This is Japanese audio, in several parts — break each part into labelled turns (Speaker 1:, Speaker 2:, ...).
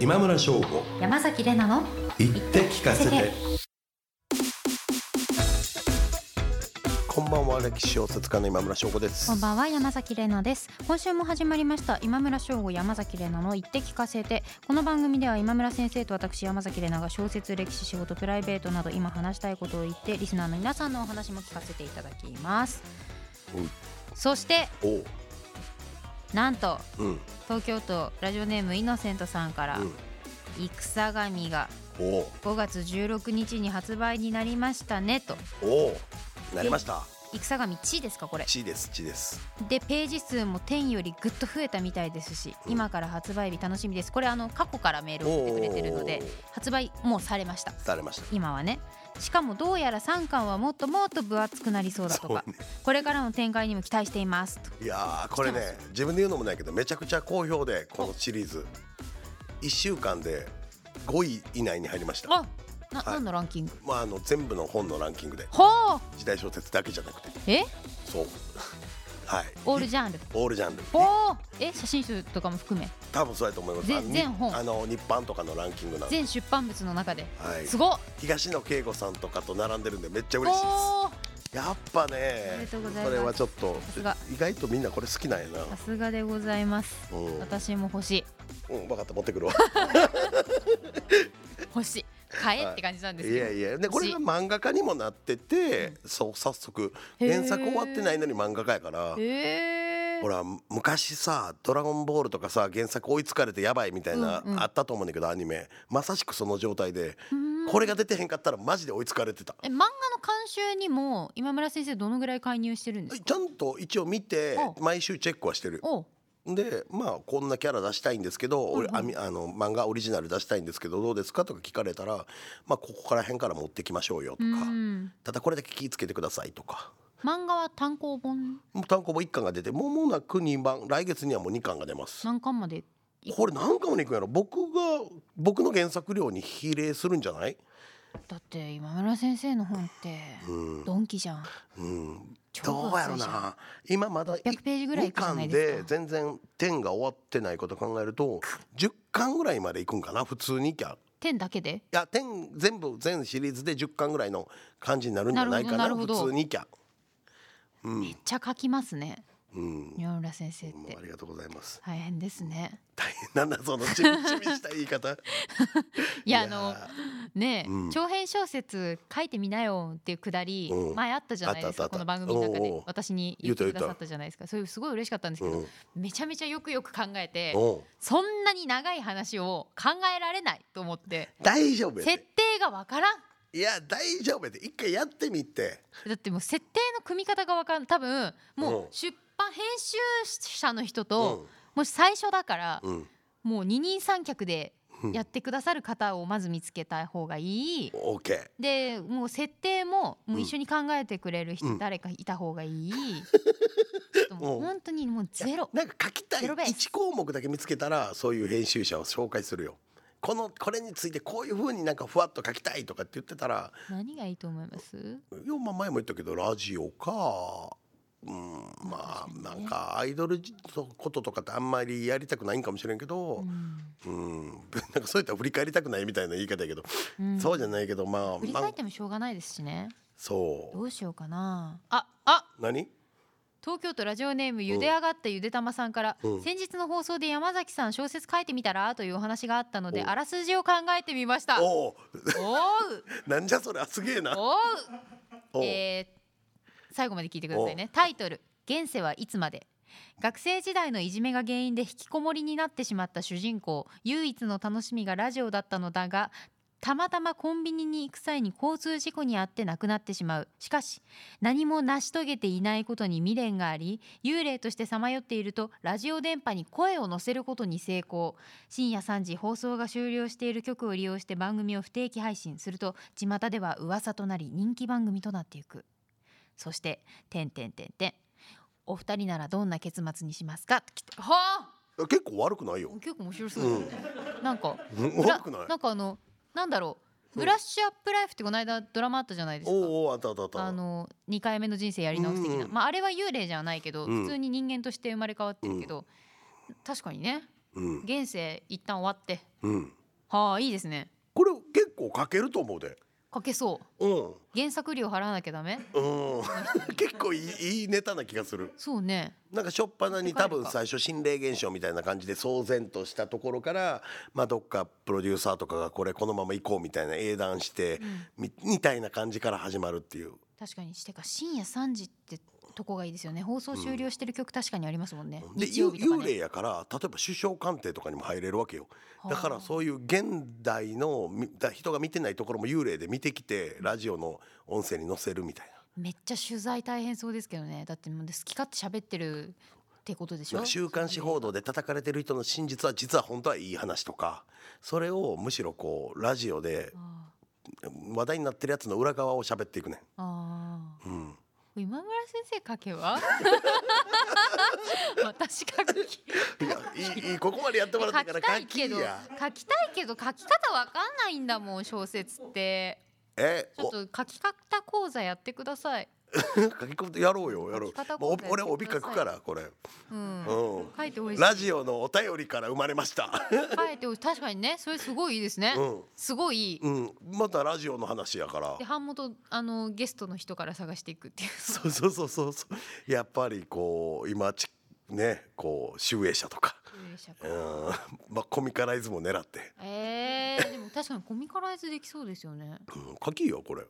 Speaker 1: 今村翔吾
Speaker 2: 山崎れなの
Speaker 1: 言って聞かせてこんばんは歴史小説家の今村翔吾です
Speaker 2: こんばんは山崎れなです今週も始まりました今村翔吾山崎れなの言って聞かせてこの番組では今村先生と私山崎れなが小説歴史仕事プライベートなど今話したいことを言ってリスナーの皆さんのお話も聞かせていただきます
Speaker 1: うん
Speaker 2: そして
Speaker 1: おう
Speaker 2: なんと
Speaker 1: うん
Speaker 2: 東京都ラジオネームイノセントさんから
Speaker 1: うん
Speaker 2: 「戦神」が
Speaker 1: おう
Speaker 2: 5月16日に発売になりましたねと
Speaker 1: おうなりました
Speaker 2: 戦神地ですかこれ
Speaker 1: 地です地です
Speaker 2: でページ数も天よりぐっと増えたみたいですし
Speaker 1: うん
Speaker 2: 今から発売日楽しみですこれあの過去からメールを送ってくれてるので
Speaker 1: おー
Speaker 2: 発売もうされました
Speaker 1: されました
Speaker 2: 今はねしかもどうやら3巻はもっともっと分厚くなりそうだとか、
Speaker 1: そうね
Speaker 2: これからの展開にも期待していますと
Speaker 1: いやーこれね自分で言うのもないけどめちゃくちゃ好評でこのシリーズ一週間で5位以内に入りました
Speaker 2: あな、
Speaker 1: はい
Speaker 2: 何のランキング
Speaker 1: まああの全部の本のランキングで
Speaker 2: ほう
Speaker 1: 時代小説だけじゃなくて
Speaker 2: え
Speaker 1: そう はい
Speaker 2: オールジャンル
Speaker 1: オールジャンル
Speaker 2: ほうえ写真集とかも含め
Speaker 1: 多分そうやと思います
Speaker 2: ぜ
Speaker 1: あの
Speaker 2: 全本
Speaker 1: あの日版とかのランキングなんで
Speaker 2: 全出版物の中で
Speaker 1: はい
Speaker 2: すごっ
Speaker 1: 東野圭吾さんとかと並んでるんでめっちゃ
Speaker 2: お
Speaker 1: 嬉しいで
Speaker 2: ー
Speaker 1: すやっぱ
Speaker 2: おめ
Speaker 1: ね
Speaker 2: でとうございます
Speaker 1: それはちょっと
Speaker 2: さすが
Speaker 1: 意外とみんなこれ好きなんやな
Speaker 2: さすがでございます
Speaker 1: うん、
Speaker 2: 私も欲しい
Speaker 1: うん、分かった持って くるわ
Speaker 2: 欲しい買えって感じなんです
Speaker 1: い
Speaker 2: けど
Speaker 1: やいやでこれが漫画家にもなってて、そう早速
Speaker 2: へー
Speaker 1: 原作終わってないのに漫画家やから
Speaker 2: へえ
Speaker 1: ほら昔さ「ドラゴンボール」とかさ原作追いつかれてやばいみたいな、
Speaker 2: うんうん
Speaker 1: あったと思うんだけどアニメまさしくその状態で、
Speaker 2: うん
Speaker 1: これが出てへんかったらマジで追いつかれてた
Speaker 2: え漫画の監修にも今村先生どのぐらい介入してるんですか
Speaker 1: ちゃんと一応見て
Speaker 2: お
Speaker 1: 毎週チェックはしてる
Speaker 2: お
Speaker 1: でまあこんなキャラ出したいんですけど、俺
Speaker 2: うんうん
Speaker 1: あみあの漫画オリジナル出したいんですけどどうですかとか聞かれたら、まあ、ここから辺から持ってきましょうよと
Speaker 2: う
Speaker 1: か、
Speaker 2: ん
Speaker 1: ただこれだけ気ぃつけてくださいとか
Speaker 2: 漫画は単行本
Speaker 1: もう単行本1巻が出てもうもなく2番来月にはもう2巻が出ます
Speaker 2: 何巻まで
Speaker 1: これ何巻までいくんやろ僕が僕の原作量に比例するんじゃない
Speaker 2: だって今村先生の本って
Speaker 1: うん、
Speaker 2: ドンキじゃん
Speaker 1: うん、
Speaker 2: 超
Speaker 1: どうやろ
Speaker 2: 厚いじゃん
Speaker 1: な今まだ
Speaker 2: 100ページぐらいい
Speaker 1: 2
Speaker 2: くじゃな
Speaker 1: 巻
Speaker 2: いで
Speaker 1: です
Speaker 2: か
Speaker 1: 全然点が終わってないこと考えると10巻ぐらいまでいくんかな普通にいきゃ
Speaker 2: 点だけで
Speaker 1: いや点全部全シリーズで10巻ぐらいの感じになるんじゃないかな
Speaker 2: なるほどなるほど
Speaker 1: 普通にいきゃうん
Speaker 2: めっちゃ書きますね
Speaker 1: うんも
Speaker 2: 今村先生って
Speaker 1: うありがとうございます
Speaker 2: 大変ですね
Speaker 1: 大変なんだそのちびちびした言い方
Speaker 2: いやあのねえ、
Speaker 1: うん
Speaker 2: 長編小説書いてみなよっていうくだり、
Speaker 1: うん
Speaker 2: 前あったじゃないです
Speaker 1: あ
Speaker 2: か
Speaker 1: った
Speaker 2: こ
Speaker 1: あった
Speaker 2: の番組の
Speaker 1: おう
Speaker 2: 中
Speaker 1: お
Speaker 2: で
Speaker 1: う
Speaker 2: 私に言
Speaker 1: 言
Speaker 2: っ
Speaker 1: うた言
Speaker 2: て
Speaker 1: う
Speaker 2: く
Speaker 1: た
Speaker 2: ださったじゃないですかそれすごい嬉しかったんですけど、
Speaker 1: うん
Speaker 2: めちゃめちゃよくよく考えて
Speaker 1: うん
Speaker 2: そんなに長い話を考えられないと思って
Speaker 1: 大丈夫や
Speaker 2: 設
Speaker 1: て
Speaker 2: 定がわからん
Speaker 1: いや大丈夫やて一回やってみて
Speaker 2: だってもう設定の組み方がわからん多分も
Speaker 1: うん
Speaker 2: う出版編集者の人
Speaker 1: う
Speaker 2: と
Speaker 1: ん
Speaker 2: もう最初だから
Speaker 1: うん
Speaker 2: もう二人三脚で
Speaker 1: うん
Speaker 2: やってくださる方をまず見つけた方がいい。
Speaker 1: オーケー
Speaker 2: でもう設定ももう一緒に考えてくれる人、
Speaker 1: うん
Speaker 2: 誰かいた方が いいちょっとも
Speaker 1: も
Speaker 2: う
Speaker 1: う
Speaker 2: 本当にもうゼロ
Speaker 1: なんか書きたい
Speaker 2: ゼロベース
Speaker 1: 1項目だけ見つけたらそういう編集者を紹介するよこのこれについてこういうふうになんかふわっと書きたいとかって言ってたら
Speaker 2: 何がいいと思います
Speaker 1: いやまあ前も言ったけどラジオかうんまあ
Speaker 2: 確か
Speaker 1: な
Speaker 2: にね
Speaker 1: んかアイドルのこととかってあんまりやりたくないんかもしれんけどうん なんかそういった振り返りたくないみたいな言い方やけどそうじゃ
Speaker 2: な
Speaker 1: な
Speaker 2: い
Speaker 1: いけどまあ
Speaker 2: 振り
Speaker 1: ま
Speaker 2: 返
Speaker 1: あ
Speaker 2: ってもしょうがないですしね
Speaker 1: そ
Speaker 2: ど
Speaker 1: う
Speaker 2: うしようかなああ
Speaker 1: 何
Speaker 2: 東京都ラジオネームゆで上がったゆでたまさんから、
Speaker 1: うん
Speaker 2: 先日の放送で山崎さん小説書いてみたらというお話があったので
Speaker 1: おう
Speaker 2: あらすじを考えてみましたおう
Speaker 1: おおなんじゃそれあすげえ な
Speaker 2: おう
Speaker 1: おう
Speaker 2: えー最後まで聞いてくださいねタイトル「現世はいつまで」学生時代のいじめが原因で引きこもりになってしまった主人公唯一の楽しみがラジオだったのだがたまたまコンビニに行く際に交通事故に遭って亡くなってしまうしかし何も成し遂げていないことに未練があり幽霊としてさまよっているとラジオ電波に声を乗せることに成功深夜3時放送が終了している局を利用して番組を不定期配信すると巷では噂となり人気番組となっていくそして「てんてんてんてん」お二人ならどんな結末にしますかって来ては
Speaker 1: 結構悪くないよ
Speaker 2: あ。結構面白そうう、
Speaker 1: ん、
Speaker 2: なんか
Speaker 1: うん
Speaker 2: ブラ
Speaker 1: 悪くない。
Speaker 2: なんかあのなんだろ
Speaker 1: う
Speaker 2: う
Speaker 1: ん
Speaker 2: ブラッシュアップライフってこの間ドラマあったじゃないですか。
Speaker 1: おうおうあったあったあった。
Speaker 2: あの2回目の人生やり直す的な、
Speaker 1: うん
Speaker 2: まあ、あれは幽霊じゃないけど、
Speaker 1: うん
Speaker 2: 普通に人間として生まれ変わってるけど、確かにね
Speaker 1: うん、
Speaker 2: 現世一旦終わって
Speaker 1: うん、
Speaker 2: はあいいですね
Speaker 1: これ結構書けると思うで。
Speaker 2: 書けそう
Speaker 1: うん、
Speaker 2: 原作料払わなきゃダメ
Speaker 1: うん、結構いいいいネタな気がする。
Speaker 2: そうね
Speaker 1: なんか初っ端に多分最初心霊現象みたいな感じで騒然としたところから、まあ、どっかプロデューサーとかがこれこのまま行こうみたいな英断して、みみたいな感じから始まるっていう
Speaker 2: 確かにしてか深夜3時ってとこがいいですよね放送終了してる曲確かにありますもんね、
Speaker 1: で、
Speaker 2: 日
Speaker 1: 幽
Speaker 2: 曜日とか
Speaker 1: 幽
Speaker 2: ね
Speaker 1: 霊やから例えば首相官邸とかにも入れるわけよ
Speaker 2: はあ
Speaker 1: だからそういう現代のみだ人が見てないところも幽霊で見てきてラジオの音声に載せるみたい
Speaker 2: めっちゃ取材大変そうですけどねだってもう好き勝手喋ってるってことでし
Speaker 1: なな
Speaker 2: ょ
Speaker 1: んか週刊誌報道で叩かれてる人の真実は実は本当はいい話とかそれをむしろこうラジオで
Speaker 2: あ
Speaker 1: 話題になってるやつの裏側を喋っていくね
Speaker 2: ーあ
Speaker 1: ん、うん、
Speaker 2: ー今村先生書け は私書き
Speaker 1: いやいいいいここまでやってもらったか
Speaker 2: 書き
Speaker 1: ら
Speaker 2: た
Speaker 1: 書
Speaker 2: い
Speaker 1: き
Speaker 2: けど書
Speaker 1: や
Speaker 2: きたいけど書き方わかんないんだもん小説って
Speaker 1: え
Speaker 2: ちょっと書き方講座やってください
Speaker 1: お 書き込みやろうよやろ
Speaker 2: 書き方
Speaker 1: うもう
Speaker 2: 講
Speaker 1: 俺
Speaker 2: 座やって
Speaker 1: 帯
Speaker 2: く
Speaker 1: 書
Speaker 2: ださい
Speaker 1: くからこれ
Speaker 2: うん
Speaker 1: うん
Speaker 2: 書いてほしい
Speaker 1: ラジオのお便りから生まれました。
Speaker 2: 書いてほしい確かにねそれすごいいいですね
Speaker 1: うん
Speaker 2: すごいいい
Speaker 1: うん、またラジオの話やから
Speaker 2: で。版元あのゲストの人から探していくっていう
Speaker 1: そうそうそうそうそう。やっぱりこう今ちねこう集英社とか、うん、 まあコミカライズも狙って、
Speaker 2: えー、でも確かにコミカライズできそうですよね。
Speaker 1: うん、書きよこれ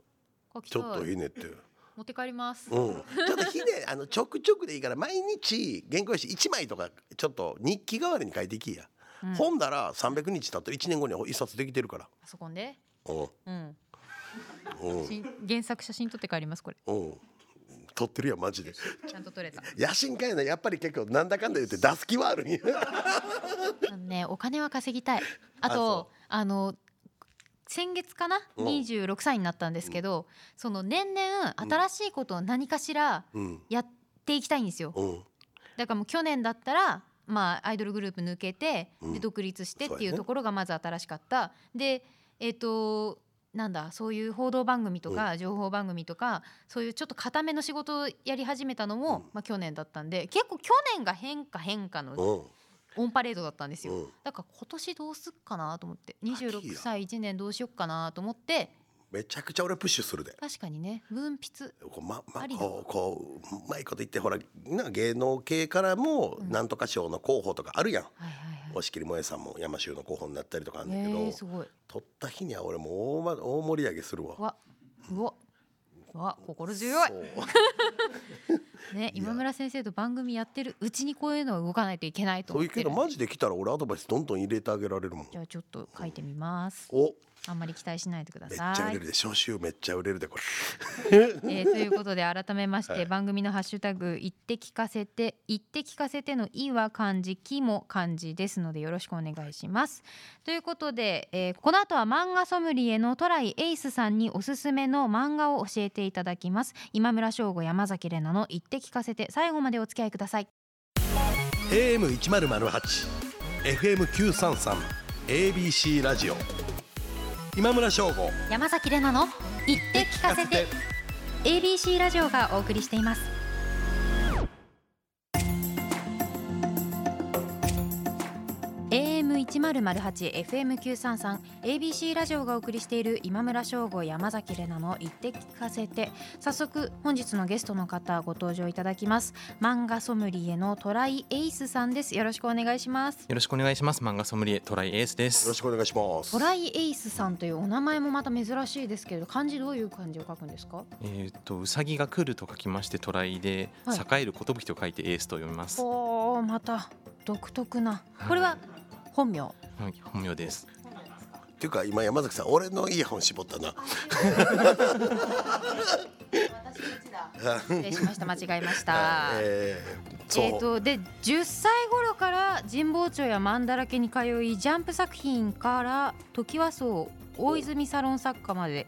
Speaker 2: 書き
Speaker 1: ち
Speaker 2: た
Speaker 1: ょ
Speaker 2: い
Speaker 1: っとひねって。
Speaker 2: 持って帰ります。
Speaker 1: うん、ちょっとひね あのちょくちょくでいいから毎日原稿用紙1枚とかちょっと日記代わりに書いていきや、
Speaker 2: うん
Speaker 1: 本なら300日経って1年後には一冊できてるから
Speaker 2: パソコンで。
Speaker 1: うん
Speaker 2: うん。
Speaker 1: うん
Speaker 2: し原作写真撮って帰りますこれ。
Speaker 1: うん撮ってるやんマジで
Speaker 2: ちゃんと撮れた。
Speaker 1: 野心家やなやっぱり結構なんだかんだ言って出す気はあ るんや
Speaker 2: あのねお金は稼ぎたい。あ
Speaker 1: あ
Speaker 2: と
Speaker 1: そ
Speaker 2: あの先月かな
Speaker 1: うん
Speaker 2: 26歳になったんですけど、その年々
Speaker 1: うん
Speaker 2: 新しいことを何かしら
Speaker 1: うん
Speaker 2: やっていきたいんですよ。
Speaker 1: うん
Speaker 2: だからもう去年だったらまあアイドルグループ抜けて、
Speaker 1: うん
Speaker 2: で独立してって
Speaker 1: そう
Speaker 2: い
Speaker 1: や
Speaker 2: う
Speaker 1: ね
Speaker 2: ところがまず新しかった。でえっ、となんだそういう報道番組とか情報番組とか、そういうちょっと固めの仕事をやり始めたのも、
Speaker 1: うん
Speaker 2: まあ、去年だったんで結構去年が変化変化
Speaker 1: う
Speaker 2: の
Speaker 1: ん
Speaker 2: オンパレードだったんですよ、
Speaker 1: うん
Speaker 2: だから今年どうすっかなと思って
Speaker 1: 秋
Speaker 2: 26
Speaker 1: や
Speaker 2: 歳1年どうしよっかなと思って
Speaker 1: めちゃくちゃ俺プッシュするで
Speaker 2: 確かにね文筆
Speaker 1: こうま、
Speaker 2: あ
Speaker 1: ま
Speaker 2: りだ
Speaker 1: こうこううまいこと言ってほらな芸能系からも
Speaker 2: うん
Speaker 1: なんとか賞の候補とかあるやん、
Speaker 2: はいはいはい
Speaker 1: 押切もえさんも山州の候補になったりとかあるんだけど、
Speaker 2: えー、すごい
Speaker 1: 取った日には俺もう大,、ま、大盛り上げするわ
Speaker 2: うわうわうわ心強い
Speaker 1: そう
Speaker 2: ね、
Speaker 1: いや
Speaker 2: 今村先生と番組やってるうちにこういうのは動かないといけないと
Speaker 1: そう
Speaker 2: 思
Speaker 1: いう
Speaker 2: っ
Speaker 1: け
Speaker 2: て
Speaker 1: ど
Speaker 2: る
Speaker 1: マジで来たら俺アドバイスどんどん入れてあげられるもん
Speaker 2: じゃあちょっと書いてみます
Speaker 1: お
Speaker 2: あんまり期待しないでくだ
Speaker 1: めっちゃ
Speaker 2: さ
Speaker 1: 売れ
Speaker 2: い
Speaker 1: るで消臭めっちゃ売れるでこれ
Speaker 2: えーということで改めまして、
Speaker 1: はい
Speaker 2: 番組のハッシュタグ言って聞かせて言って聞かせてのいは漢字きも漢字ですのでよろしくお願いしますということで、えーこの後は漫画ソムリエのトライエイスさんにおすすめの漫画を教えていただきます今村翔吾山崎怜奈の言って聞かせて最後までお付き合いください
Speaker 1: AM 一ゼロゼ八、FM 九三三、ABC ラジオ。今村翔吾。
Speaker 2: 山崎怜奈の「言って聞かせて」ABC ラジオがお送りしています。AM1008、FM933、ABC ラジオがお送りしている今村翔吾、山崎怜奈の言って聞かせて早速本日のゲストの方ご登場いただきます漫画ソムリエのトライエイスさんですよろしくお願いします
Speaker 3: よろしくお願いします。漫画ソムリエトライエースで
Speaker 1: よろ
Speaker 3: す
Speaker 1: し。くお願いします。
Speaker 2: トライエイスさんというお名前もまた珍しいですけれど漢字どういう漢字を書くんですか
Speaker 3: えっ、とうさぎが来ると書きましてトライで、
Speaker 2: はい
Speaker 3: 栄えることぶきと書いてエースと読みます。は
Speaker 2: おおまた独特なこれは本名
Speaker 3: い、本名です。
Speaker 1: っていうか今山崎さん俺のいい本絞ったな
Speaker 2: 失礼しました間違えま した。
Speaker 1: えーそう、
Speaker 2: えー、とで10歳頃から神保町や万だらけに通いジャンプ作品から時和荘大泉サロン作家まで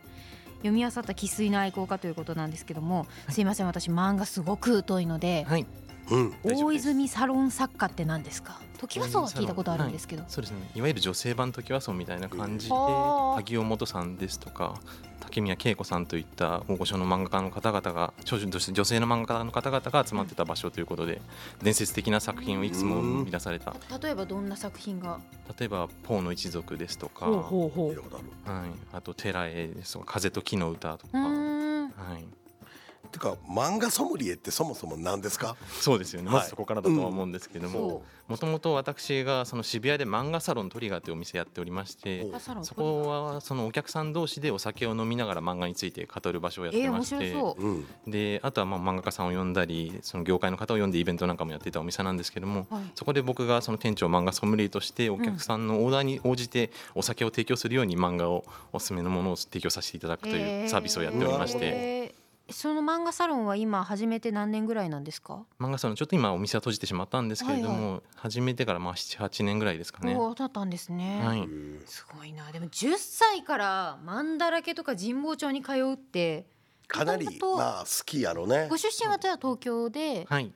Speaker 2: 読み漁った生粋の愛好家ということなんですけどもすいません私漫画すごく疎いので
Speaker 3: はい
Speaker 1: うん
Speaker 3: 大丈夫
Speaker 2: 大
Speaker 3: です
Speaker 2: 泉サロン作家って何ですか時和荘は聞いたことあるんですけど、
Speaker 3: そうですねいわゆる女性版時はそうみたいな感じで
Speaker 2: うんはあ
Speaker 3: 萩尾元さんですとか竹宮恵子さんといった大御所の漫画家の方々が少女として女性の漫画家の方々が集まってた場所ということで伝説的な作品をいくつも生み出された
Speaker 2: た例えばどんな作品が
Speaker 3: 例えば「ポーの一族」ですとか、
Speaker 2: ほう
Speaker 3: は
Speaker 2: ほうほ
Speaker 1: 見た
Speaker 2: う
Speaker 1: ことある
Speaker 3: い、あと「寺へ」ですとか「風と木の歌」と
Speaker 2: う
Speaker 3: か、
Speaker 2: ーん
Speaker 3: はい、
Speaker 1: てか漫画ソムリエってそもそも何ですか
Speaker 3: そうですよね
Speaker 1: はい
Speaker 3: まずそこからだとは思うんですけど
Speaker 2: そ
Speaker 3: ももともと私がその渋谷で漫画サロントリガーというお店やっておりまして
Speaker 1: お
Speaker 2: うサロン
Speaker 3: そこはそのお客さん同士でお酒を飲みながら漫画について語る場所をやっ
Speaker 2: え
Speaker 3: て
Speaker 2: ー、
Speaker 3: ま
Speaker 2: 面
Speaker 3: して、
Speaker 2: 白そう
Speaker 1: うん
Speaker 3: であとはまあ漫画家さんを呼んだりその業界の方を呼んでイベントなんかもやっていたお店なんですけども、
Speaker 2: はい
Speaker 3: そこで僕がその店長漫画ソムリエとしてお客さんのオーダーに応じてお酒を提供するように漫画をおすすめのものを提供させていただくと
Speaker 2: え
Speaker 3: いうサービスをやっておりまして、
Speaker 2: えーその漫画サロンは今始めて何年ぐらいなんですか
Speaker 3: 漫画さんのちょっと今お店は閉じてしまったんですけれども、
Speaker 2: は
Speaker 3: 始めてからまあ78年ぐらいですかね。
Speaker 2: おおだったんですね、
Speaker 3: はい、
Speaker 2: すごいなでも10歳からマンだらけとか神保町に通うって
Speaker 1: かなり
Speaker 2: もともと
Speaker 1: まあ好きやろね
Speaker 2: ご出身は例えば東京で
Speaker 3: はい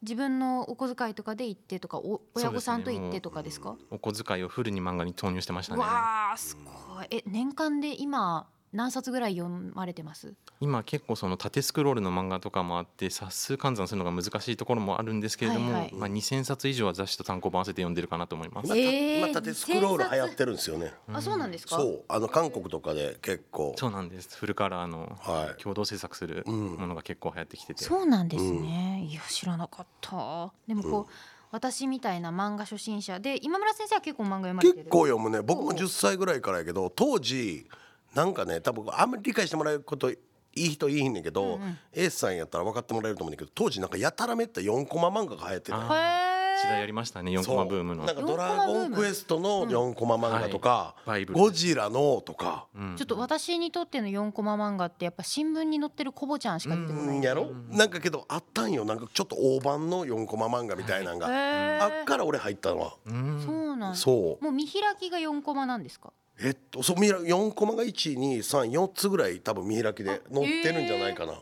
Speaker 2: 自分のお小遣いとかで行ってとかお親御さんと行ってとかですか
Speaker 3: お小遣いをフルに漫画に投入してましたね。
Speaker 2: わあすごいえ年間で今何冊ぐらい読まれてます
Speaker 3: 今結構その縦スクロールの漫画とかもあって冊数換算するのが難しいところもあるんですけれども、
Speaker 2: はいはい
Speaker 3: まあ、2,000冊以上は雑誌と単行本合わせて読んでるかなと思います。
Speaker 1: また
Speaker 2: えー
Speaker 1: またてスクロール流行ってるんですよね
Speaker 2: あそうなんですか
Speaker 1: そうあの韓国とかで結構
Speaker 3: そうなんですフルカラーの
Speaker 1: はい
Speaker 3: 共同制作する
Speaker 1: うん
Speaker 3: ものが結構流行ってきてて、
Speaker 2: そうなんですね、いや知らなかったでもこ
Speaker 1: う
Speaker 2: う、
Speaker 1: ん
Speaker 2: 私みたいな漫画初心者で今村先生は結構漫画読まれてる
Speaker 1: 結構読むね僕も
Speaker 2: おう
Speaker 1: 10歳ぐらいからやけど当時なんかね多分あんまり理解してもらえることいい人いいんだけど、
Speaker 2: うんうん
Speaker 1: エースさんやったら分かってもらえると思うんだけど当時なんかやたらめった4コマ漫画が流行ってた
Speaker 3: あ
Speaker 1: よ
Speaker 2: へ
Speaker 3: 時代
Speaker 2: え
Speaker 3: やりましたね4コマブームの
Speaker 1: なんかドラゴンクエストの4コマ漫画とか、
Speaker 3: うんはいバイブル
Speaker 1: ゴジラのとか、
Speaker 3: うん
Speaker 2: ちょっと私にとっての4コマ漫画ってやっぱ新聞に載ってるコボちゃんしか出てこ
Speaker 1: う
Speaker 2: ない
Speaker 1: んやろなんかけどあったんよなんかちょっと大判の4コマ漫画みたいなのが、
Speaker 2: へー
Speaker 1: あっから俺入ったのは、
Speaker 3: うん
Speaker 2: そうなん
Speaker 1: そう
Speaker 2: もう見開きが4コマなんですか
Speaker 1: えっと、そう見ら4コマが1234つぐらい多分見開きで載ってるんじゃないかな、
Speaker 2: っ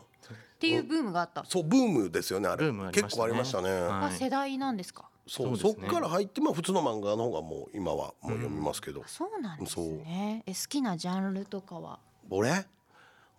Speaker 2: ていうブームがあった、
Speaker 1: そうブームですよねあれ
Speaker 3: ブームありましたね
Speaker 1: 結構ありましたね、
Speaker 3: は
Speaker 2: が
Speaker 3: い
Speaker 2: 世代なんですか
Speaker 1: そう
Speaker 3: そ
Speaker 1: そうっ
Speaker 3: ですね
Speaker 1: から入ってまあ普通の漫画の方がもう今はもう読みますけど、
Speaker 2: そうなんですねえ好きなジャンルとかは
Speaker 1: 俺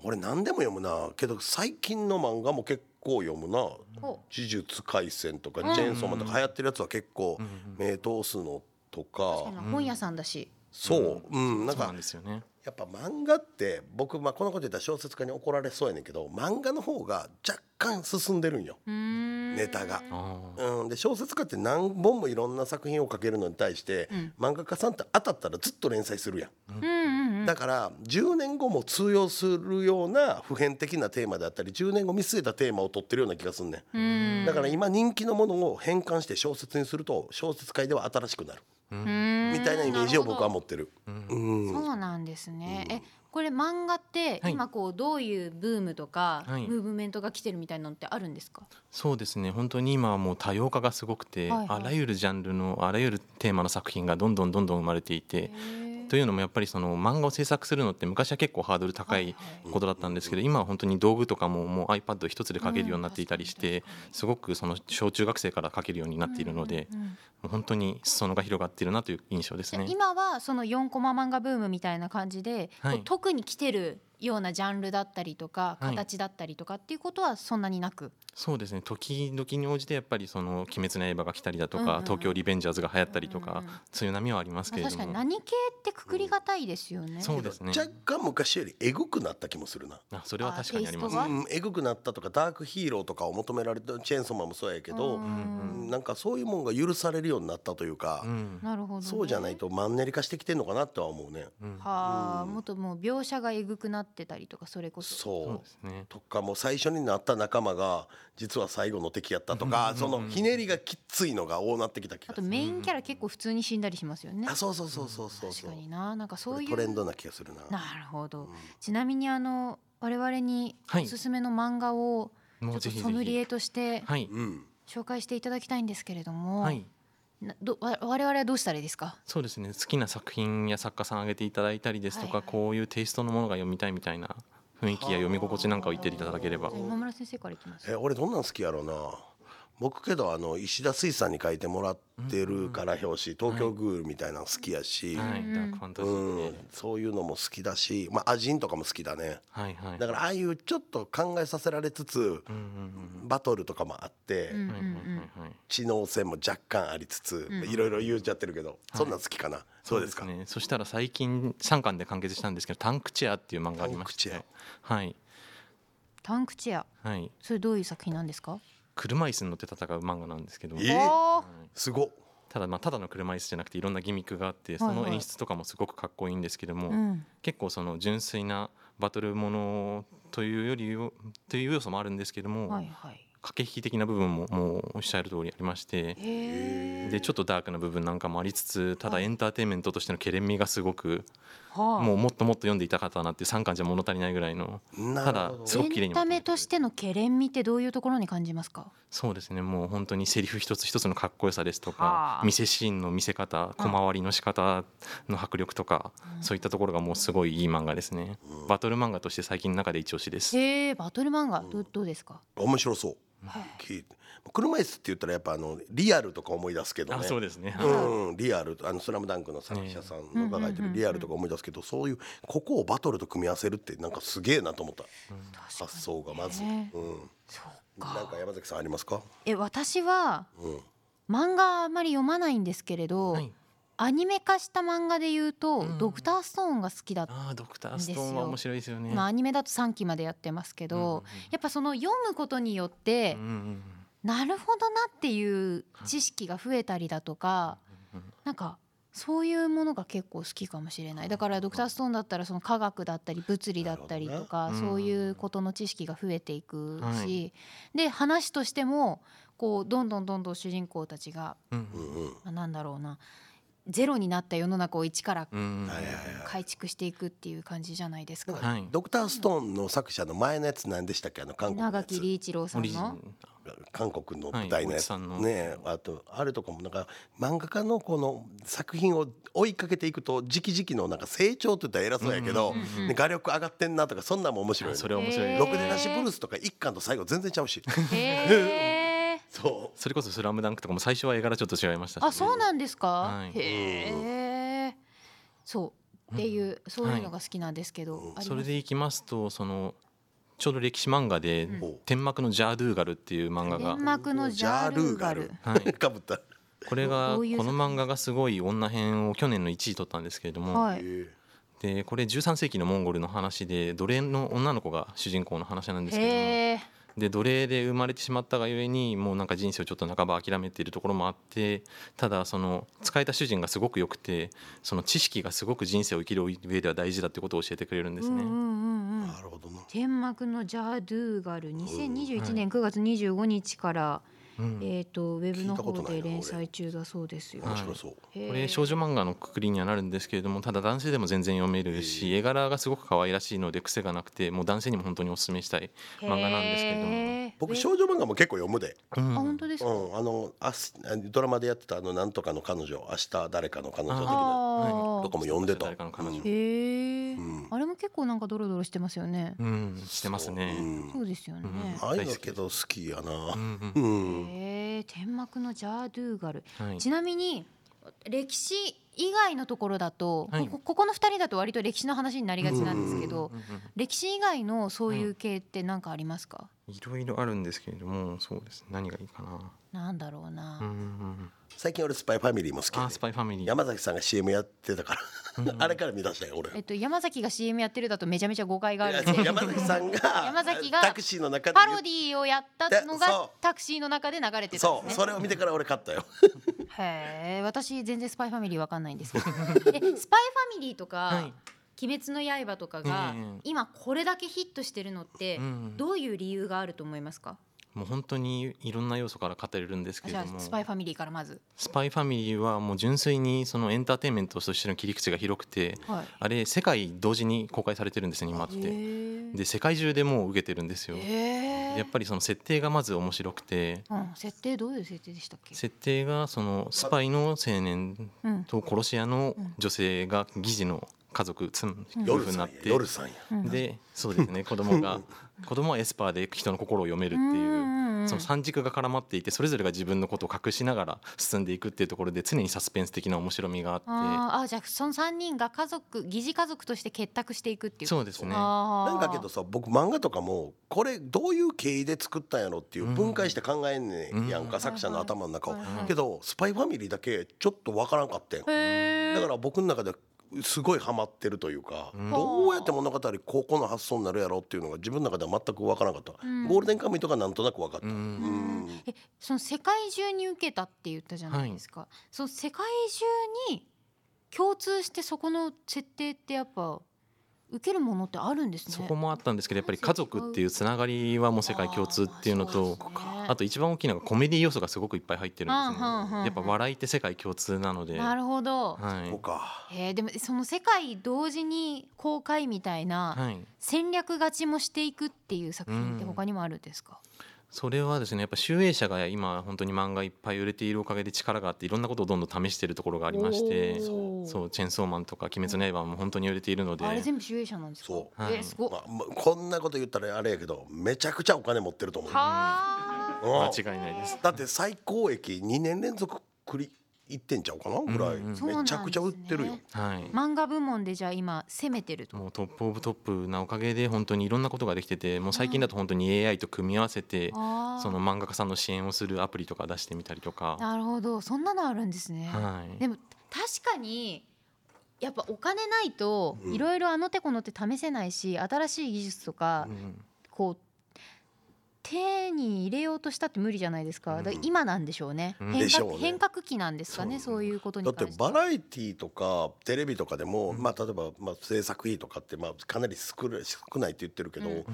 Speaker 1: 俺何でも読むなけど最近の漫画も結構読むな「
Speaker 2: お
Speaker 1: 呪術廻戦」とか
Speaker 2: う
Speaker 1: 「
Speaker 2: ん
Speaker 1: チェーンソーマン」とか流行ってるやつは結構
Speaker 3: うん
Speaker 1: 目通すのとか、
Speaker 2: 確かに本屋さんだし、
Speaker 1: そう、うん、なん
Speaker 3: そうな
Speaker 1: か
Speaker 3: んですよね
Speaker 1: やっぱ漫画って僕、まあ、このこと言ったら小説家に怒られそうやねんけど漫画の方が若干進んでるんよ。
Speaker 2: うーん
Speaker 1: ネタが
Speaker 3: あー
Speaker 1: うん、で小説家って何本もいろんな作品を書けるのに対して、漫画家さんって当たったらずっと連載するやん。
Speaker 2: うんうんうん
Speaker 1: だから10年後も通用するような普遍的なテーマであったり10年後見据えたテーマを取ってるような気がすんね
Speaker 2: うんん
Speaker 1: だから今人気のものを変換して小説にすると小説界では新しくなるみたいなイメージを僕は持ってるうん
Speaker 2: そうなんですね。え、これ漫画って
Speaker 3: はい
Speaker 2: 今こうどういうブームとかム
Speaker 3: はい
Speaker 2: ーブメントが来てるみたいなのってあるんですか？
Speaker 3: そうですね本当に今はもう多様化がすごくて、
Speaker 2: はいはい
Speaker 3: あらゆるジャンルのあらゆるテーマの作品がどんどんどんどん生まれていて、というのもやっぱりその漫画を制作するのって昔は結構ハードル高いことだったんですけど今は本当に道具とかももう iPad 一つで描けるようになっていたりしてすごくその小中学生から描けるようになっているので
Speaker 2: うんうんうん
Speaker 3: もう本当に裾野が広がっているなという印象です
Speaker 2: じゃあ
Speaker 3: ね。
Speaker 2: 今はその4コマ漫画ブームみたいな感じで、
Speaker 3: はい
Speaker 2: こう特に来てるようなジャンルだったりとか
Speaker 3: はい
Speaker 2: 形だったりとかっていうことはそんなになく、
Speaker 3: そうですね時々に応じてやっぱりその「鬼滅の刃」が来たりだとか、
Speaker 2: うんうんうん
Speaker 3: 東京リベンジャーズ」が流行ったりとか、
Speaker 2: うんうん
Speaker 3: そういう波はありますけれ
Speaker 2: まあ
Speaker 3: ども
Speaker 2: 確かに何系ってくくりがたいですよね。
Speaker 3: そうですね
Speaker 1: 若干昔よりエグくなった気もするな。
Speaker 3: あそれは確かにありま
Speaker 2: あ
Speaker 3: す
Speaker 2: テイストが
Speaker 1: うん、エグくなったとかダークヒーローとかを求められてチェーンソーマンもそうやけど
Speaker 2: う
Speaker 1: うん
Speaker 2: ん
Speaker 1: なんかそういうもんが許されるようになったというか、
Speaker 3: うん
Speaker 2: なるほど、ね。
Speaker 1: そうじゃないとマンネリ化してきてんのかなとは思うね。
Speaker 3: うん
Speaker 2: はあ、
Speaker 1: うん
Speaker 2: もっともう描写がえぐくなってたりとかそれこそ。
Speaker 1: そう
Speaker 3: そうですね
Speaker 1: とかもう最初になった仲間が実は最後の敵やったとか、そのひねりがきっついのが多なってきた気
Speaker 2: あ
Speaker 1: が
Speaker 2: と
Speaker 1: する。
Speaker 2: メインキャラ結構普通に死んだりしますよね
Speaker 1: あ、そうそうそうそうそう
Speaker 2: 確
Speaker 1: そ
Speaker 2: か
Speaker 1: う。
Speaker 2: にななんか
Speaker 1: こ
Speaker 2: そう
Speaker 1: れ
Speaker 2: い
Speaker 1: トレン
Speaker 2: う
Speaker 1: ドな気がするな。
Speaker 2: なるほどちなみにあの我々に
Speaker 3: はい
Speaker 2: おすすめの漫画をちょ
Speaker 3: も
Speaker 2: っ
Speaker 3: う
Speaker 2: と
Speaker 3: ぜひ
Speaker 2: ソ
Speaker 3: ぜ
Speaker 2: ムリ
Speaker 3: ひ。
Speaker 2: エとして
Speaker 3: はい。
Speaker 1: うん。
Speaker 2: 紹介していただきたいんですけれども、
Speaker 3: はい。
Speaker 2: などわ我々はどうしたらいいですか
Speaker 3: そうですね。好きな作品や作家さん挙げていただいたりですと
Speaker 2: は
Speaker 3: か、
Speaker 2: いはい
Speaker 3: こういうテイストのものが読みたいみたいな雰囲気や読み心地なんかを言っていただければ
Speaker 2: じゃ。あ今村先生からいきます
Speaker 1: え、俺どんなん好きやろうな。僕けどあの石田水産に書いてもらってるから表紙、東京グールみたいなの好きやし、
Speaker 3: はい、ダークファンタジー
Speaker 1: う
Speaker 3: で、
Speaker 1: ん、そういうのも好きだし、まあアジンとかも好きだね。
Speaker 3: はいはい。
Speaker 1: だからああいうちょっと考えさせられつつ、
Speaker 3: うんうん
Speaker 1: バトルとかもあって、
Speaker 2: うんうん
Speaker 3: うん。はいはいはいはい。
Speaker 1: 知能性も若干ありつつ、まあいろいろ言っちゃってるけど、そんなん好きかな。そうですか。
Speaker 3: ね。そしたら最近3巻で完結したんですけど、タンクチェアっていう漫画ありまし
Speaker 1: タン
Speaker 3: て
Speaker 1: ク、
Speaker 3: はい
Speaker 2: タンクチェア
Speaker 3: はい。
Speaker 2: それどういう作品なんですか
Speaker 3: 車椅子に乗って戦う漫画なんですけど、
Speaker 1: えー
Speaker 2: おー
Speaker 1: すごっ。
Speaker 3: ただまあただの車椅子じゃなくていろんなギミックがあって、
Speaker 2: はいはい
Speaker 3: その演出とかもすごくかっこいいんですけども、
Speaker 2: うん
Speaker 3: 結構その純粋なバトルものというよりという要素もあるんですけども、
Speaker 2: はいはい
Speaker 3: 駆け引き的な部分ももうおっしゃる通りありまして
Speaker 2: へえ
Speaker 3: でちょっとダークな部分なんかもありつつただ
Speaker 2: はい
Speaker 3: エンターテインメントとしてのけれみがすごく
Speaker 2: はあ
Speaker 3: もうもっともっと読んでいたかったなって3巻じゃ物足りないぐらいの
Speaker 1: な
Speaker 3: た
Speaker 1: る
Speaker 3: だ
Speaker 1: ほど
Speaker 3: すごく綺麗
Speaker 2: エン
Speaker 3: に
Speaker 2: タメとしてのケレン味ってどういうところに感じますか
Speaker 3: そうですねもう本当にセリフ一つ一つのかっこよさですと
Speaker 2: は
Speaker 3: か
Speaker 2: あ
Speaker 3: 見せシーンの見せ方小回りの仕方の迫力とかそういったところがもうすごいいい漫画ですねバトル漫画として最近の中で一押しです
Speaker 2: へえバトル漫画どどうですか
Speaker 1: 面白そう。
Speaker 2: はい
Speaker 1: 聞いて車椅子って言ったらやっぱあのリアルとか思い出すけど
Speaker 3: あ
Speaker 1: ね
Speaker 3: そうですね
Speaker 1: うん、リアルあの「スラムダンクの作者さんのが書いてるリアルとか思い出すけどそういうここをバトルと組み合わせるってなんかすげえなと思った
Speaker 2: 確かに
Speaker 1: 発想がまず、うん
Speaker 2: ね、そう
Speaker 1: なん
Speaker 2: か
Speaker 1: か山崎さんありますか、
Speaker 2: え私は
Speaker 1: うん、
Speaker 2: 漫画あんまり読まないんですけれど、
Speaker 3: はい
Speaker 2: アニメ化した漫画で言うと、
Speaker 3: ん
Speaker 2: ドクターストーンが好きだった、
Speaker 3: ああドクターストーンは面白いですよね
Speaker 2: まあアニメだと3期までやってますけど、
Speaker 3: うんうんうん
Speaker 2: やっぱその読むことによって
Speaker 3: うん、うん
Speaker 2: なるほどなっていう知識が増えたりだとか、
Speaker 3: うん
Speaker 2: なんかそういうものが結構好きかもしれないだから「ドクターストーン」だったらその科学だったり物理だったりとか、
Speaker 3: なるほどね
Speaker 2: そういうことの知識が増えていくし、で話としてもこうどんどんどんどん主人公たちが、
Speaker 3: うん
Speaker 1: う
Speaker 3: うん
Speaker 1: んうん
Speaker 2: まあ、なんだろうなゼロになった世の中を一から
Speaker 3: うんうん
Speaker 1: はいはいはい
Speaker 2: 改築していくっていう感じじゃないですか。
Speaker 3: はい
Speaker 1: ドクターストーンの作者の前のやつ何でしたっけあの韓国の
Speaker 2: 長
Speaker 1: や
Speaker 2: 木
Speaker 1: つ
Speaker 2: 理一郎さ
Speaker 3: オ
Speaker 2: ん
Speaker 3: リジナ
Speaker 2: の
Speaker 3: ル
Speaker 1: 韓国の舞台のやつ、
Speaker 3: はい大内さんの
Speaker 1: ねえあとあれとかもなんか漫画家のこの作品を追いかけていくと時々のなんか成長って言ったら偉そうやけど、
Speaker 3: うんうん
Speaker 2: うん
Speaker 1: ね画力上がってんなとかそんなんも面白い、ね、
Speaker 3: それは面白い
Speaker 2: へー
Speaker 1: ろくでなしブルースとか一巻と最後全然ちゃう し
Speaker 2: へー
Speaker 1: そ
Speaker 3: それこそ「スラムダンクとかも最初は絵柄ちょっと違いましたし
Speaker 2: あそうなんですか、
Speaker 3: はい
Speaker 2: へえそうっていう、そういうのが好きなんですけど、あります
Speaker 3: それでいきますとそのちょうど歴史漫画で
Speaker 1: ん
Speaker 3: 「天幕のジャードゥーガル」っていう漫画
Speaker 2: 粘
Speaker 3: が、
Speaker 2: 膜のジャールーガル
Speaker 3: はい、
Speaker 1: かぶった、
Speaker 3: これが
Speaker 2: ど
Speaker 3: こ
Speaker 2: ういう作
Speaker 3: の
Speaker 2: 品
Speaker 3: 漫画がすごい女編を去年の1位取ったんですけれども、
Speaker 2: は
Speaker 1: え
Speaker 2: い
Speaker 1: ー
Speaker 3: でこれ13世紀のモンゴルの話で奴隷の女の子が主人公の話なんですけども
Speaker 2: へえ
Speaker 3: で奴隷で生まれてしまったがゆえにもうなんか人生をちょっと半ば諦めているところもあってただその使えた主人がすごく良くてその知識がすごく人生を生きる上では大事だってことを教えてくれるんです
Speaker 2: うんう
Speaker 3: ね。
Speaker 2: んうんうん
Speaker 1: なるほどな
Speaker 2: 天幕のジャードゥーガル2021年9月25日から、
Speaker 3: うん
Speaker 2: えっ、とウェブの
Speaker 1: 聞いたこと
Speaker 2: 方
Speaker 1: ないな
Speaker 2: で連載中だそうですよ
Speaker 1: 面白そう、
Speaker 2: へー
Speaker 3: これ少女漫画のくくりにはなるんですけれどもただ男性でも全然読めるし絵柄がすごく可愛らしいので癖がなくてもう男性にも本当におすすめしたい漫画なんですけれども。
Speaker 2: へー
Speaker 1: 僕
Speaker 2: え
Speaker 1: 少女漫画も結構読むで、
Speaker 3: うん
Speaker 2: あ本当です
Speaker 1: う
Speaker 2: か、
Speaker 1: ん、あのあすドラマでやってたあのなんとかの彼女明日誰かの彼女的な
Speaker 2: あ
Speaker 1: と
Speaker 2: あ
Speaker 1: かも読んでた
Speaker 3: 誰かの彼女
Speaker 1: うん
Speaker 2: へえ、
Speaker 1: うん
Speaker 2: あれも結構なんかドロドロしてますよね、
Speaker 3: うん、してますね。
Speaker 1: う
Speaker 3: うん
Speaker 1: ん
Speaker 2: そうですよね、
Speaker 3: うん
Speaker 1: ああいうのけど好きやな
Speaker 3: うん
Speaker 1: うん、
Speaker 2: へえ天幕のジャードゥーガル、
Speaker 3: はい
Speaker 2: ちなみに歴史以外のところだと、
Speaker 3: はい
Speaker 2: ここここの2人だと割と歴史の話になりがちなんですけど、
Speaker 3: うんうん
Speaker 2: 歴史以外のそういう系って何かありますか、
Speaker 3: いろいろあるんですけれども、そうですね。何がいいかな。
Speaker 2: なんだろうな、
Speaker 3: うんうんうん、
Speaker 1: 最近俺スパイファミリーも好きや
Speaker 3: あ
Speaker 1: ね、
Speaker 3: ー、スパイファミリー。
Speaker 1: 山崎さんが CM やってたからあれから見出したよ俺
Speaker 2: えっと、山崎が CM やってるだとめちゃめちゃ誤解があるん
Speaker 1: いや
Speaker 2: で
Speaker 1: 山崎さんが
Speaker 2: 山崎が
Speaker 1: タクシーの中で
Speaker 2: パロディーをやったの
Speaker 1: でそ
Speaker 2: が
Speaker 1: う
Speaker 2: タクシーの中で流れてたん
Speaker 1: そ
Speaker 2: で
Speaker 1: う
Speaker 2: す
Speaker 1: それ
Speaker 2: ね
Speaker 1: を見てから俺買ったよ
Speaker 2: へえ私全然スパイファミリーわかんないん ですけどえスパイファミリーとか、
Speaker 3: はい
Speaker 2: 鬼滅の刃とかが
Speaker 3: ええ
Speaker 2: 今これだけヒットしてるのって
Speaker 3: うん
Speaker 2: どういう理由があると思いますか、
Speaker 3: もう本当にいろんな要素から語れるんですけ
Speaker 2: じ
Speaker 3: れ
Speaker 2: ゃ
Speaker 3: ども
Speaker 2: あスパイファミリーからまず、
Speaker 3: スパイファミリーはもう純粋にそのエンターテインメントとしての切り口が広くて
Speaker 2: はい、
Speaker 3: あれ世界同時に公開されてるんですね今っ
Speaker 2: へ
Speaker 3: て。
Speaker 2: ー
Speaker 3: で世界中でもう受けてるんですよ。
Speaker 2: へー
Speaker 3: やっぱりその設定がまず面白くて
Speaker 2: うん、設定どういう設定でしたっけ
Speaker 3: 設定がそのスパイの青年
Speaker 2: うん
Speaker 3: と殺し屋の女性が疑似の家族つん夫
Speaker 1: 夜
Speaker 3: 婦に
Speaker 1: さ
Speaker 3: なんっ
Speaker 1: や
Speaker 3: て
Speaker 1: 夜さんや
Speaker 3: でそうですね子 供が子供はエスパーで人の心を読めるっ
Speaker 2: う
Speaker 3: て
Speaker 2: んうんう
Speaker 3: い
Speaker 2: ん
Speaker 3: うその三軸が絡まっていてそれぞれが自分のことを隠しながら進んでいくっていうところで常にサスペンス的な面白みがあって
Speaker 2: あーあじゃあその3人が家族疑似家族として結託していくっていう
Speaker 3: そうですね
Speaker 2: あー
Speaker 1: なんだけどさ僕漫画とかもこれどういう経緯で作ったんやろっていう
Speaker 3: うん
Speaker 1: 分解して考えんねんやん
Speaker 3: う
Speaker 1: か
Speaker 3: ん
Speaker 1: 作者の頭の中を
Speaker 2: はいはいはい
Speaker 1: けどスパイファミリーだけちょっとわからんかったん
Speaker 2: へ
Speaker 1: だ
Speaker 2: ー
Speaker 1: から僕の中ですごいハマってるというか、
Speaker 3: うん
Speaker 1: どうやって物語高校の発想になるやろっていうのが自分の中では全く分からなかった、
Speaker 2: ん
Speaker 1: ゴールデンカムイとかなんとなく分かった、
Speaker 3: う
Speaker 1: うんん
Speaker 2: えその世界中に受けたって言ったじゃないですか、その世界中に共通してそこの設定ってやっぱ受けるものってあるんですね
Speaker 3: そこもあったんですけどやっぱり家族っていうつながりはもう世界共通っていうのと
Speaker 2: あーそうですね
Speaker 3: あと一番大きいのがコメディ要素がすごくいっぱい入ってるんです
Speaker 2: あーはんはんはんは
Speaker 3: ね
Speaker 2: ん
Speaker 3: やっぱ笑いって世界共通なので
Speaker 2: な
Speaker 3: は
Speaker 2: るほど、
Speaker 1: そう
Speaker 3: い
Speaker 1: か
Speaker 2: えーでもその世界同時に公開みたいな
Speaker 3: はい
Speaker 2: 戦略勝ちもしていくっていう作品って
Speaker 3: うん
Speaker 2: 他にもあるんですか、
Speaker 3: それはですねやっぱ集英社が今本当に漫画いっぱい売れているおかげで力があっていろんなことをどんどん試しているところがありまして
Speaker 2: おー
Speaker 3: そう「チェンソーマン」とか「鬼滅の刃」も本当に売れているので
Speaker 2: あれ全部集英社なんですか
Speaker 1: そ
Speaker 3: はい
Speaker 2: えーすごっ、
Speaker 1: まあまあこんなこと言ったらあれやけどめちゃくちゃお金持ってると思う
Speaker 2: はあ
Speaker 1: うん
Speaker 3: 間違いないです。
Speaker 1: だって最高益2年連続くりいってんちゃうかなぐらい、
Speaker 3: うん
Speaker 2: そうなん
Speaker 1: め
Speaker 2: です
Speaker 1: ち
Speaker 2: ね
Speaker 1: ゃくちゃ売ってるよ、
Speaker 3: はい
Speaker 2: 漫画部門でじゃあ今攻めてると
Speaker 3: もうトップオブトップなおかげで本当にいろんなことができててもう最近だと本当に AI と組み合わせて
Speaker 2: あー
Speaker 3: その漫画家さんの支援をするアプリとか出してみたりとか、
Speaker 2: なるほどそんなのあるんですね、
Speaker 3: はい、
Speaker 2: でも確かにやっぱお金ないと
Speaker 1: うん
Speaker 2: いろいろあの手この手試せないし新しい技術とか
Speaker 3: うん
Speaker 2: こう手に入れようとしたって無理じゃないですかだから今なんでしょうね
Speaker 3: うん
Speaker 2: 変
Speaker 1: でしょう
Speaker 2: 革
Speaker 1: ね
Speaker 2: 変革期なんですかねそういうことに
Speaker 1: だって
Speaker 2: 関して
Speaker 1: バラエティーとかテレビとかでも、まあ、例えば、まあ、制作費とかって、まあ、かなり少ない少ないって言ってるけど、
Speaker 2: うん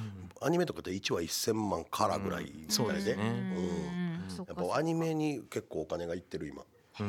Speaker 1: アニメとかって1話1,000万からぐらいみたいで,、
Speaker 3: そうです
Speaker 2: う
Speaker 3: ね
Speaker 2: んうんそっ
Speaker 1: や
Speaker 2: か
Speaker 1: っぱアニメに結構お金がいってる今
Speaker 2: へ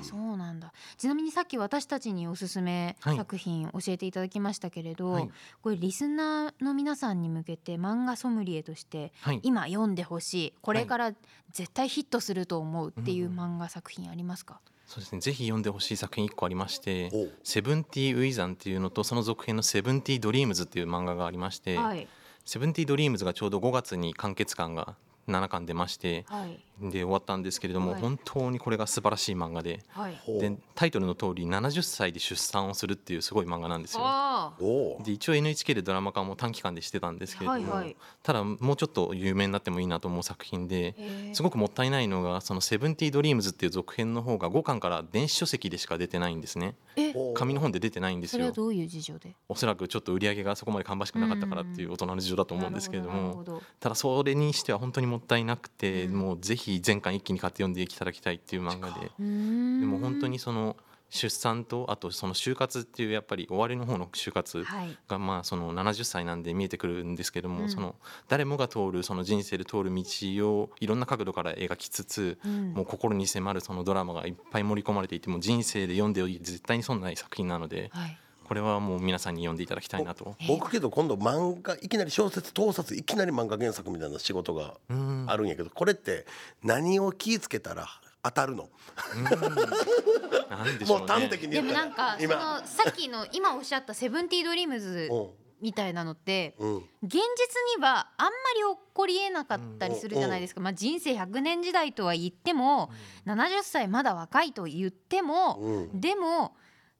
Speaker 2: えそうなんだちなみにさっき私たちにおすすめ
Speaker 3: はい
Speaker 2: 作品教えていただきましたけれど、
Speaker 3: はい
Speaker 2: これリスナーの皆さんに向けて漫画ソムリエとして
Speaker 3: はい
Speaker 2: 今読んでほしいこれ
Speaker 3: はい
Speaker 2: から絶対ヒットすると思うっていう
Speaker 3: うん
Speaker 2: 漫画作品ありますか、
Speaker 3: そうですねぜひ読んでほしい作品1個ありまして
Speaker 1: おう
Speaker 3: 「セブンティー・ウィザン」っていうのとその続編の「セブンティー・ドリームズ」っていう漫画がありまして
Speaker 2: はい
Speaker 3: 「セブンティー・ドリームズ」がちょうど5月に完結感が7巻出まして
Speaker 2: はい
Speaker 3: で終わったんですけれども
Speaker 2: はい
Speaker 3: 本当にこれが素晴らしい漫画で
Speaker 2: はい
Speaker 1: ほう
Speaker 3: でタイトルの通り70歳で出産をするっていうすごい漫画なんですよ。
Speaker 2: あ
Speaker 1: おう
Speaker 3: で一応 NHK でドラマ化も短期間でしてたんですけれども、
Speaker 2: はいはい
Speaker 3: ただもうちょっと有名になってもいいなと思う作品で
Speaker 2: ーへー
Speaker 3: すごくもったいないのが「そのセブンティードリームズ」っていう続編の方が5巻から電子書籍でしか出てないんですね
Speaker 2: え
Speaker 1: おう
Speaker 3: 紙の本で出てないんで
Speaker 2: そ
Speaker 3: す
Speaker 2: れは
Speaker 3: よ
Speaker 2: どういう事情で
Speaker 3: おそらくちょっと売り上げがそこまで芳しくなかったからっていう大人の事情だと思うんですけれど
Speaker 2: なるほ
Speaker 3: も
Speaker 2: ど
Speaker 3: ただそれにしては本当にもったいなくて、
Speaker 2: うん
Speaker 3: もうぜひ全巻一気に買って読んでいただきたいっていう漫画で
Speaker 2: うーん
Speaker 3: でも本当にその出産とあとその就活っていうやっぱり終わりの方の就活
Speaker 2: はい
Speaker 3: がまあその70歳なんで見えてくるんですけど
Speaker 2: う
Speaker 3: も、
Speaker 2: ん
Speaker 3: その誰もが通るその人生で通る道をいろんな角度から描きつつ、
Speaker 2: うん
Speaker 3: もう心に迫るそのドラマがいっぱい盛り込まれていてもう人生で読んでより絶対に損ない作品なので
Speaker 2: はい
Speaker 3: これはもう皆さんに読んでいただきたいなと。
Speaker 1: 僕けど今度漫画いきなり小説盗撮いきなり漫画原作みたいな仕事が
Speaker 3: うん
Speaker 1: あるんやけどこれって何を気ぃつけたら当たるの
Speaker 3: なんでしょう
Speaker 1: もう
Speaker 3: ね
Speaker 1: 端的に
Speaker 2: で
Speaker 1: 言っ
Speaker 2: も
Speaker 1: たら
Speaker 2: なんかその
Speaker 1: 今
Speaker 2: さっきの今おっしゃった「セブンティードリームズ
Speaker 1: う」ん
Speaker 2: みたいなのって
Speaker 1: うん
Speaker 2: 現実にはあんまり起こりえなかったりするじゃないですか、まあ、人生100年時代とは言っても70歳まだ若いと言っても
Speaker 1: うん
Speaker 2: でも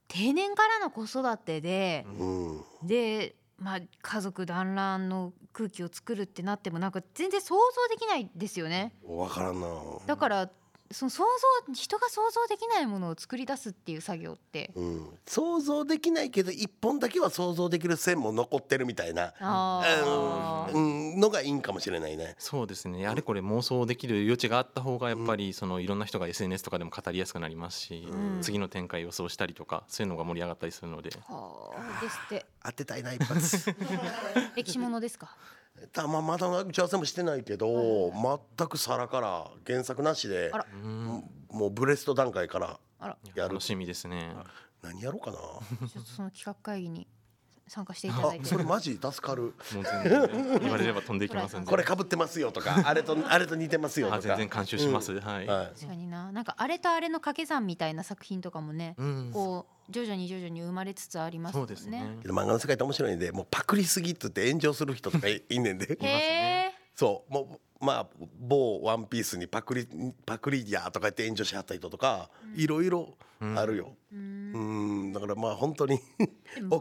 Speaker 2: 定年からの子育てで
Speaker 1: うん
Speaker 2: で、まあ、家族団らんの空気を作るってなってもなんか全然想像できないですよね。
Speaker 1: 分からんな
Speaker 2: だからその想像人が想像できないものを作り出すっていう作業って
Speaker 1: うん想像できないけど一本だけは想像できる線も残ってるみたいな
Speaker 2: あ
Speaker 1: う
Speaker 2: ー
Speaker 1: んうんのがいいんかもしれないね
Speaker 3: そうですねあれこれ妄想できる余地があった方がやっぱりそのいろんな人が SNS とかでも語りやすくなりますし、
Speaker 2: うん
Speaker 3: 次の展開を予想したりとかそういうのが盛り上がったりするので
Speaker 2: はあですって
Speaker 1: 当てたいな一発
Speaker 2: 歴史ものですか
Speaker 1: たまあまだ打ち合わせもしてないけど、
Speaker 2: は
Speaker 1: 全く皿から原作なしで
Speaker 2: あら
Speaker 3: うん
Speaker 1: もうブレスト段階から
Speaker 2: あら、
Speaker 1: やる
Speaker 3: 楽しみですね。
Speaker 1: 何やろうかな
Speaker 2: ちょっとその企画会議に参加していただ
Speaker 1: あ
Speaker 2: いて。
Speaker 1: それマジ助かる
Speaker 3: もう全然言われれば飛んでいきますんで。
Speaker 1: これかぶってますよとかあれとあれと似てますよと
Speaker 3: あ
Speaker 1: か
Speaker 3: 全然監修します。はい。
Speaker 1: は
Speaker 2: 確かにな、なんかあれとあれの掛け算みたいな作品とかもね、
Speaker 3: うん。
Speaker 2: こう徐々に徐々に生まれつつあります
Speaker 3: そ
Speaker 2: も
Speaker 3: うん
Speaker 2: ね。
Speaker 3: ですね
Speaker 1: い、。けど漫画の世界って面白いんでもうパクリすぎって言って炎上する人と かいいんねんで
Speaker 2: へえ、
Speaker 1: そうもうまあ某ワンピースにパクリパクリやとか言って炎上しはった人とかいろいろあるよ、
Speaker 2: うーん
Speaker 1: うん、だからまあ本当に
Speaker 2: え漫画の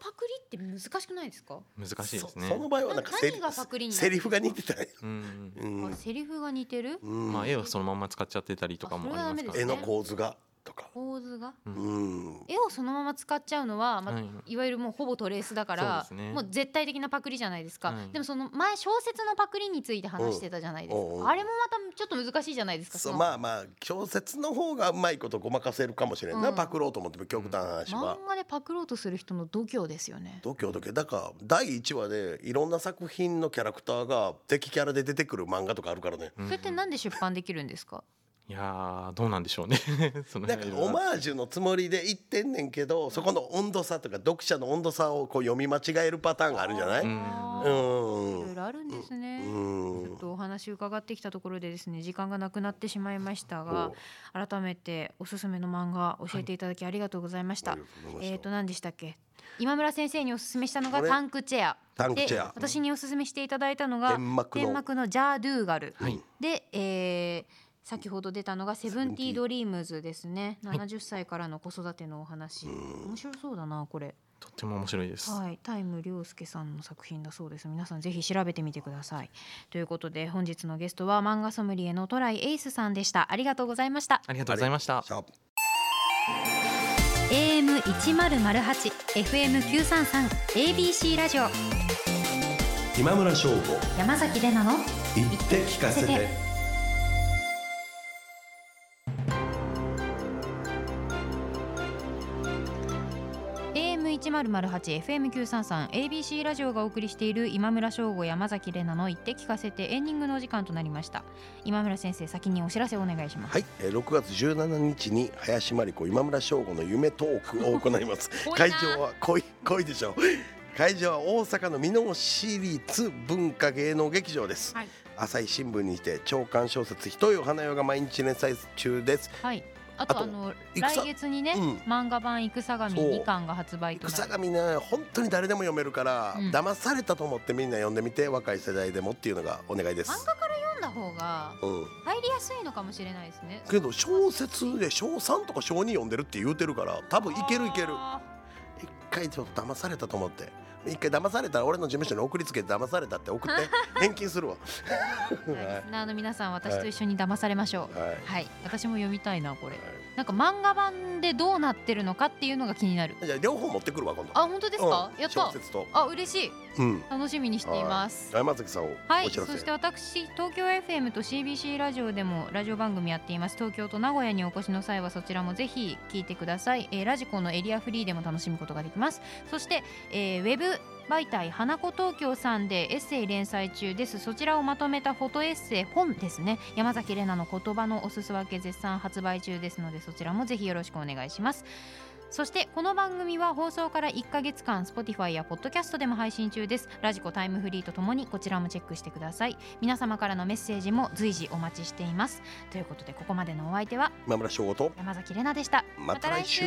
Speaker 2: パクリって難しくないですか？
Speaker 3: 難しいです
Speaker 1: そそ
Speaker 3: ね
Speaker 1: の。場合はなんかセリ
Speaker 2: 何がパクリになる
Speaker 1: セリフが似てたね、
Speaker 3: うん。
Speaker 1: うん
Speaker 2: あセリフが似てる？
Speaker 1: うん
Speaker 3: まあ絵をそのまんま使っちゃってたりとかもあります
Speaker 2: あ
Speaker 3: か
Speaker 2: それ
Speaker 1: 絵
Speaker 3: ら
Speaker 2: はダメですね
Speaker 1: の構図がとか、
Speaker 2: 構図が
Speaker 1: うん、
Speaker 2: 絵をそのまま使っちゃうのは、まあ
Speaker 3: はい
Speaker 2: い、わゆるもうほぼトレースだから
Speaker 3: そうですね
Speaker 2: もう絶対的なパクリじゃないですか、
Speaker 3: はい
Speaker 2: でもその前小説のパクリについて話してたじゃないです
Speaker 1: う
Speaker 2: か、
Speaker 1: んおうおう
Speaker 2: あれもまたちょっと難しいじゃないですか
Speaker 1: そう
Speaker 2: の
Speaker 1: まあまあ小説の方がうまいことごまかせるかもしれんな、
Speaker 2: うん
Speaker 1: パクろうと思っても極端な話は、
Speaker 2: 漫画でパクろうとする人の度胸ですよね。
Speaker 1: 度胸度胸だから第1話でいろんな作品のキャラクターが敵キャラで出てくる漫画とかあるからね、
Speaker 3: うん
Speaker 2: それってなんで出版できるんですか。
Speaker 3: いやーどうなんでしょうね。 その
Speaker 1: なんかオマージュのつもりで言ってんねんけどそこの温度差とか読者の温度差をこう読み間違えるパターンがあるんじゃない、うん
Speaker 2: あ
Speaker 1: う
Speaker 2: ー
Speaker 1: ん
Speaker 2: いろいろあるんですね。ちょっとお話伺ってきたところでですね時間がなくなってしまいましたが
Speaker 1: お
Speaker 2: 改めておすすめの漫画教えていただきありがとうございました、
Speaker 1: ありがとうございました
Speaker 2: えっ、と何でしたっけ今村先生におすすめしたのが
Speaker 1: これ
Speaker 2: タンクチェア
Speaker 1: タンクチェア
Speaker 2: で私におすすめしていただいたのが
Speaker 1: 天幕の
Speaker 2: ジャードゥーガル、
Speaker 3: はい
Speaker 2: で、えー先ほど出たのがセブンティードリームズですね70歳からの子育てのお話、面白そうだなこれ
Speaker 3: とっても面白いです。
Speaker 2: はい、タイム涼介さんの作品だそうです。皆さんぜひ調べてみてください。ということで本日のゲストは漫画ソムリエのトライエイスさんでした。ありがとうございました。
Speaker 3: ありがとうございました。
Speaker 1: さあ
Speaker 4: AM 一ゼロゼロ八、FM 九三三、ABC ラジオ
Speaker 1: 今村翔吾
Speaker 4: 山崎れなの
Speaker 1: 言って聞かせて
Speaker 2: AM 一ゼロゼロ八、FM 九三三、ABC ラジオがお送りしている今村翔吾山崎れなの言って聞かせてエンディングのお時間となりました。今村先生先にお知らせお願いします。
Speaker 1: はい、えー6月17日に林真理子今村翔吾の夢トーク を行います
Speaker 2: 濃いな
Speaker 1: 会場は濃い濃いでしょう会場は大阪の箕面市立文化芸能劇場です、
Speaker 2: はい
Speaker 1: 朝日新聞にて長官小説「ひとよ花よ」が毎日連載中です
Speaker 2: はい。あとあ
Speaker 1: あと
Speaker 2: の
Speaker 1: 戦
Speaker 2: 来月にね、
Speaker 1: うん
Speaker 2: 漫画版戦神
Speaker 1: そう
Speaker 2: 二巻が発売とな
Speaker 1: 草
Speaker 2: る。
Speaker 1: 上ね本当に誰でも読めるから、
Speaker 2: うん
Speaker 1: 騙されたと思ってみんな読んでみて若い世代でもっていうのがお願いです
Speaker 2: 漫画から読んだ方が
Speaker 1: うん、
Speaker 2: 入りやすいのかもしれないですね。
Speaker 1: けど小説で小3とか小2読んでるって言うてるから多分いけるいける
Speaker 2: あー
Speaker 1: 一回ちょっと騙されたと思って一回騙されたら俺の事務所に送りつけて騙されたって送って返金するわはい
Speaker 2: はいリスナーの皆さん私と一緒に騙されましょう
Speaker 1: はい
Speaker 2: はい、私も読みたいなこれなんか漫画版でどうなってるのかっていうのが気になる
Speaker 1: じゃあ両方持ってくるわ今度
Speaker 2: あ本当ですか、
Speaker 1: うん
Speaker 2: やっ
Speaker 1: 小
Speaker 2: た
Speaker 1: 説と
Speaker 2: あ嬉しい
Speaker 1: うん
Speaker 2: 楽しみにしています
Speaker 1: 山崎さんを
Speaker 2: はい、
Speaker 1: お知ら
Speaker 2: そ
Speaker 1: せ
Speaker 2: して私東京 FM と CBC ラジオでもラジオ番組やっています東京と名古屋にお越しの際はそちらもぜひ聞いてください、えーラジコのエリアフリーでも楽しむことができますそして、えーウェブ媒体花子東京さんでエッセイ連載中ですそちらをまとめたフォトエッセイ本ですね山崎怜奈の言葉のおすす分け絶賛発売中ですのでそちらもぜひよろしくお願いしますそしてこの番組は放送から1ヶ月間 Spotify や Podcast でも配信中ですラジコタイムフリーとともにこちらもチェックしてください皆様からのメッセージも随時お待ちしていますということでここまでのお相手は
Speaker 1: 今村翔吾と
Speaker 2: 山崎怜奈でした
Speaker 1: また来週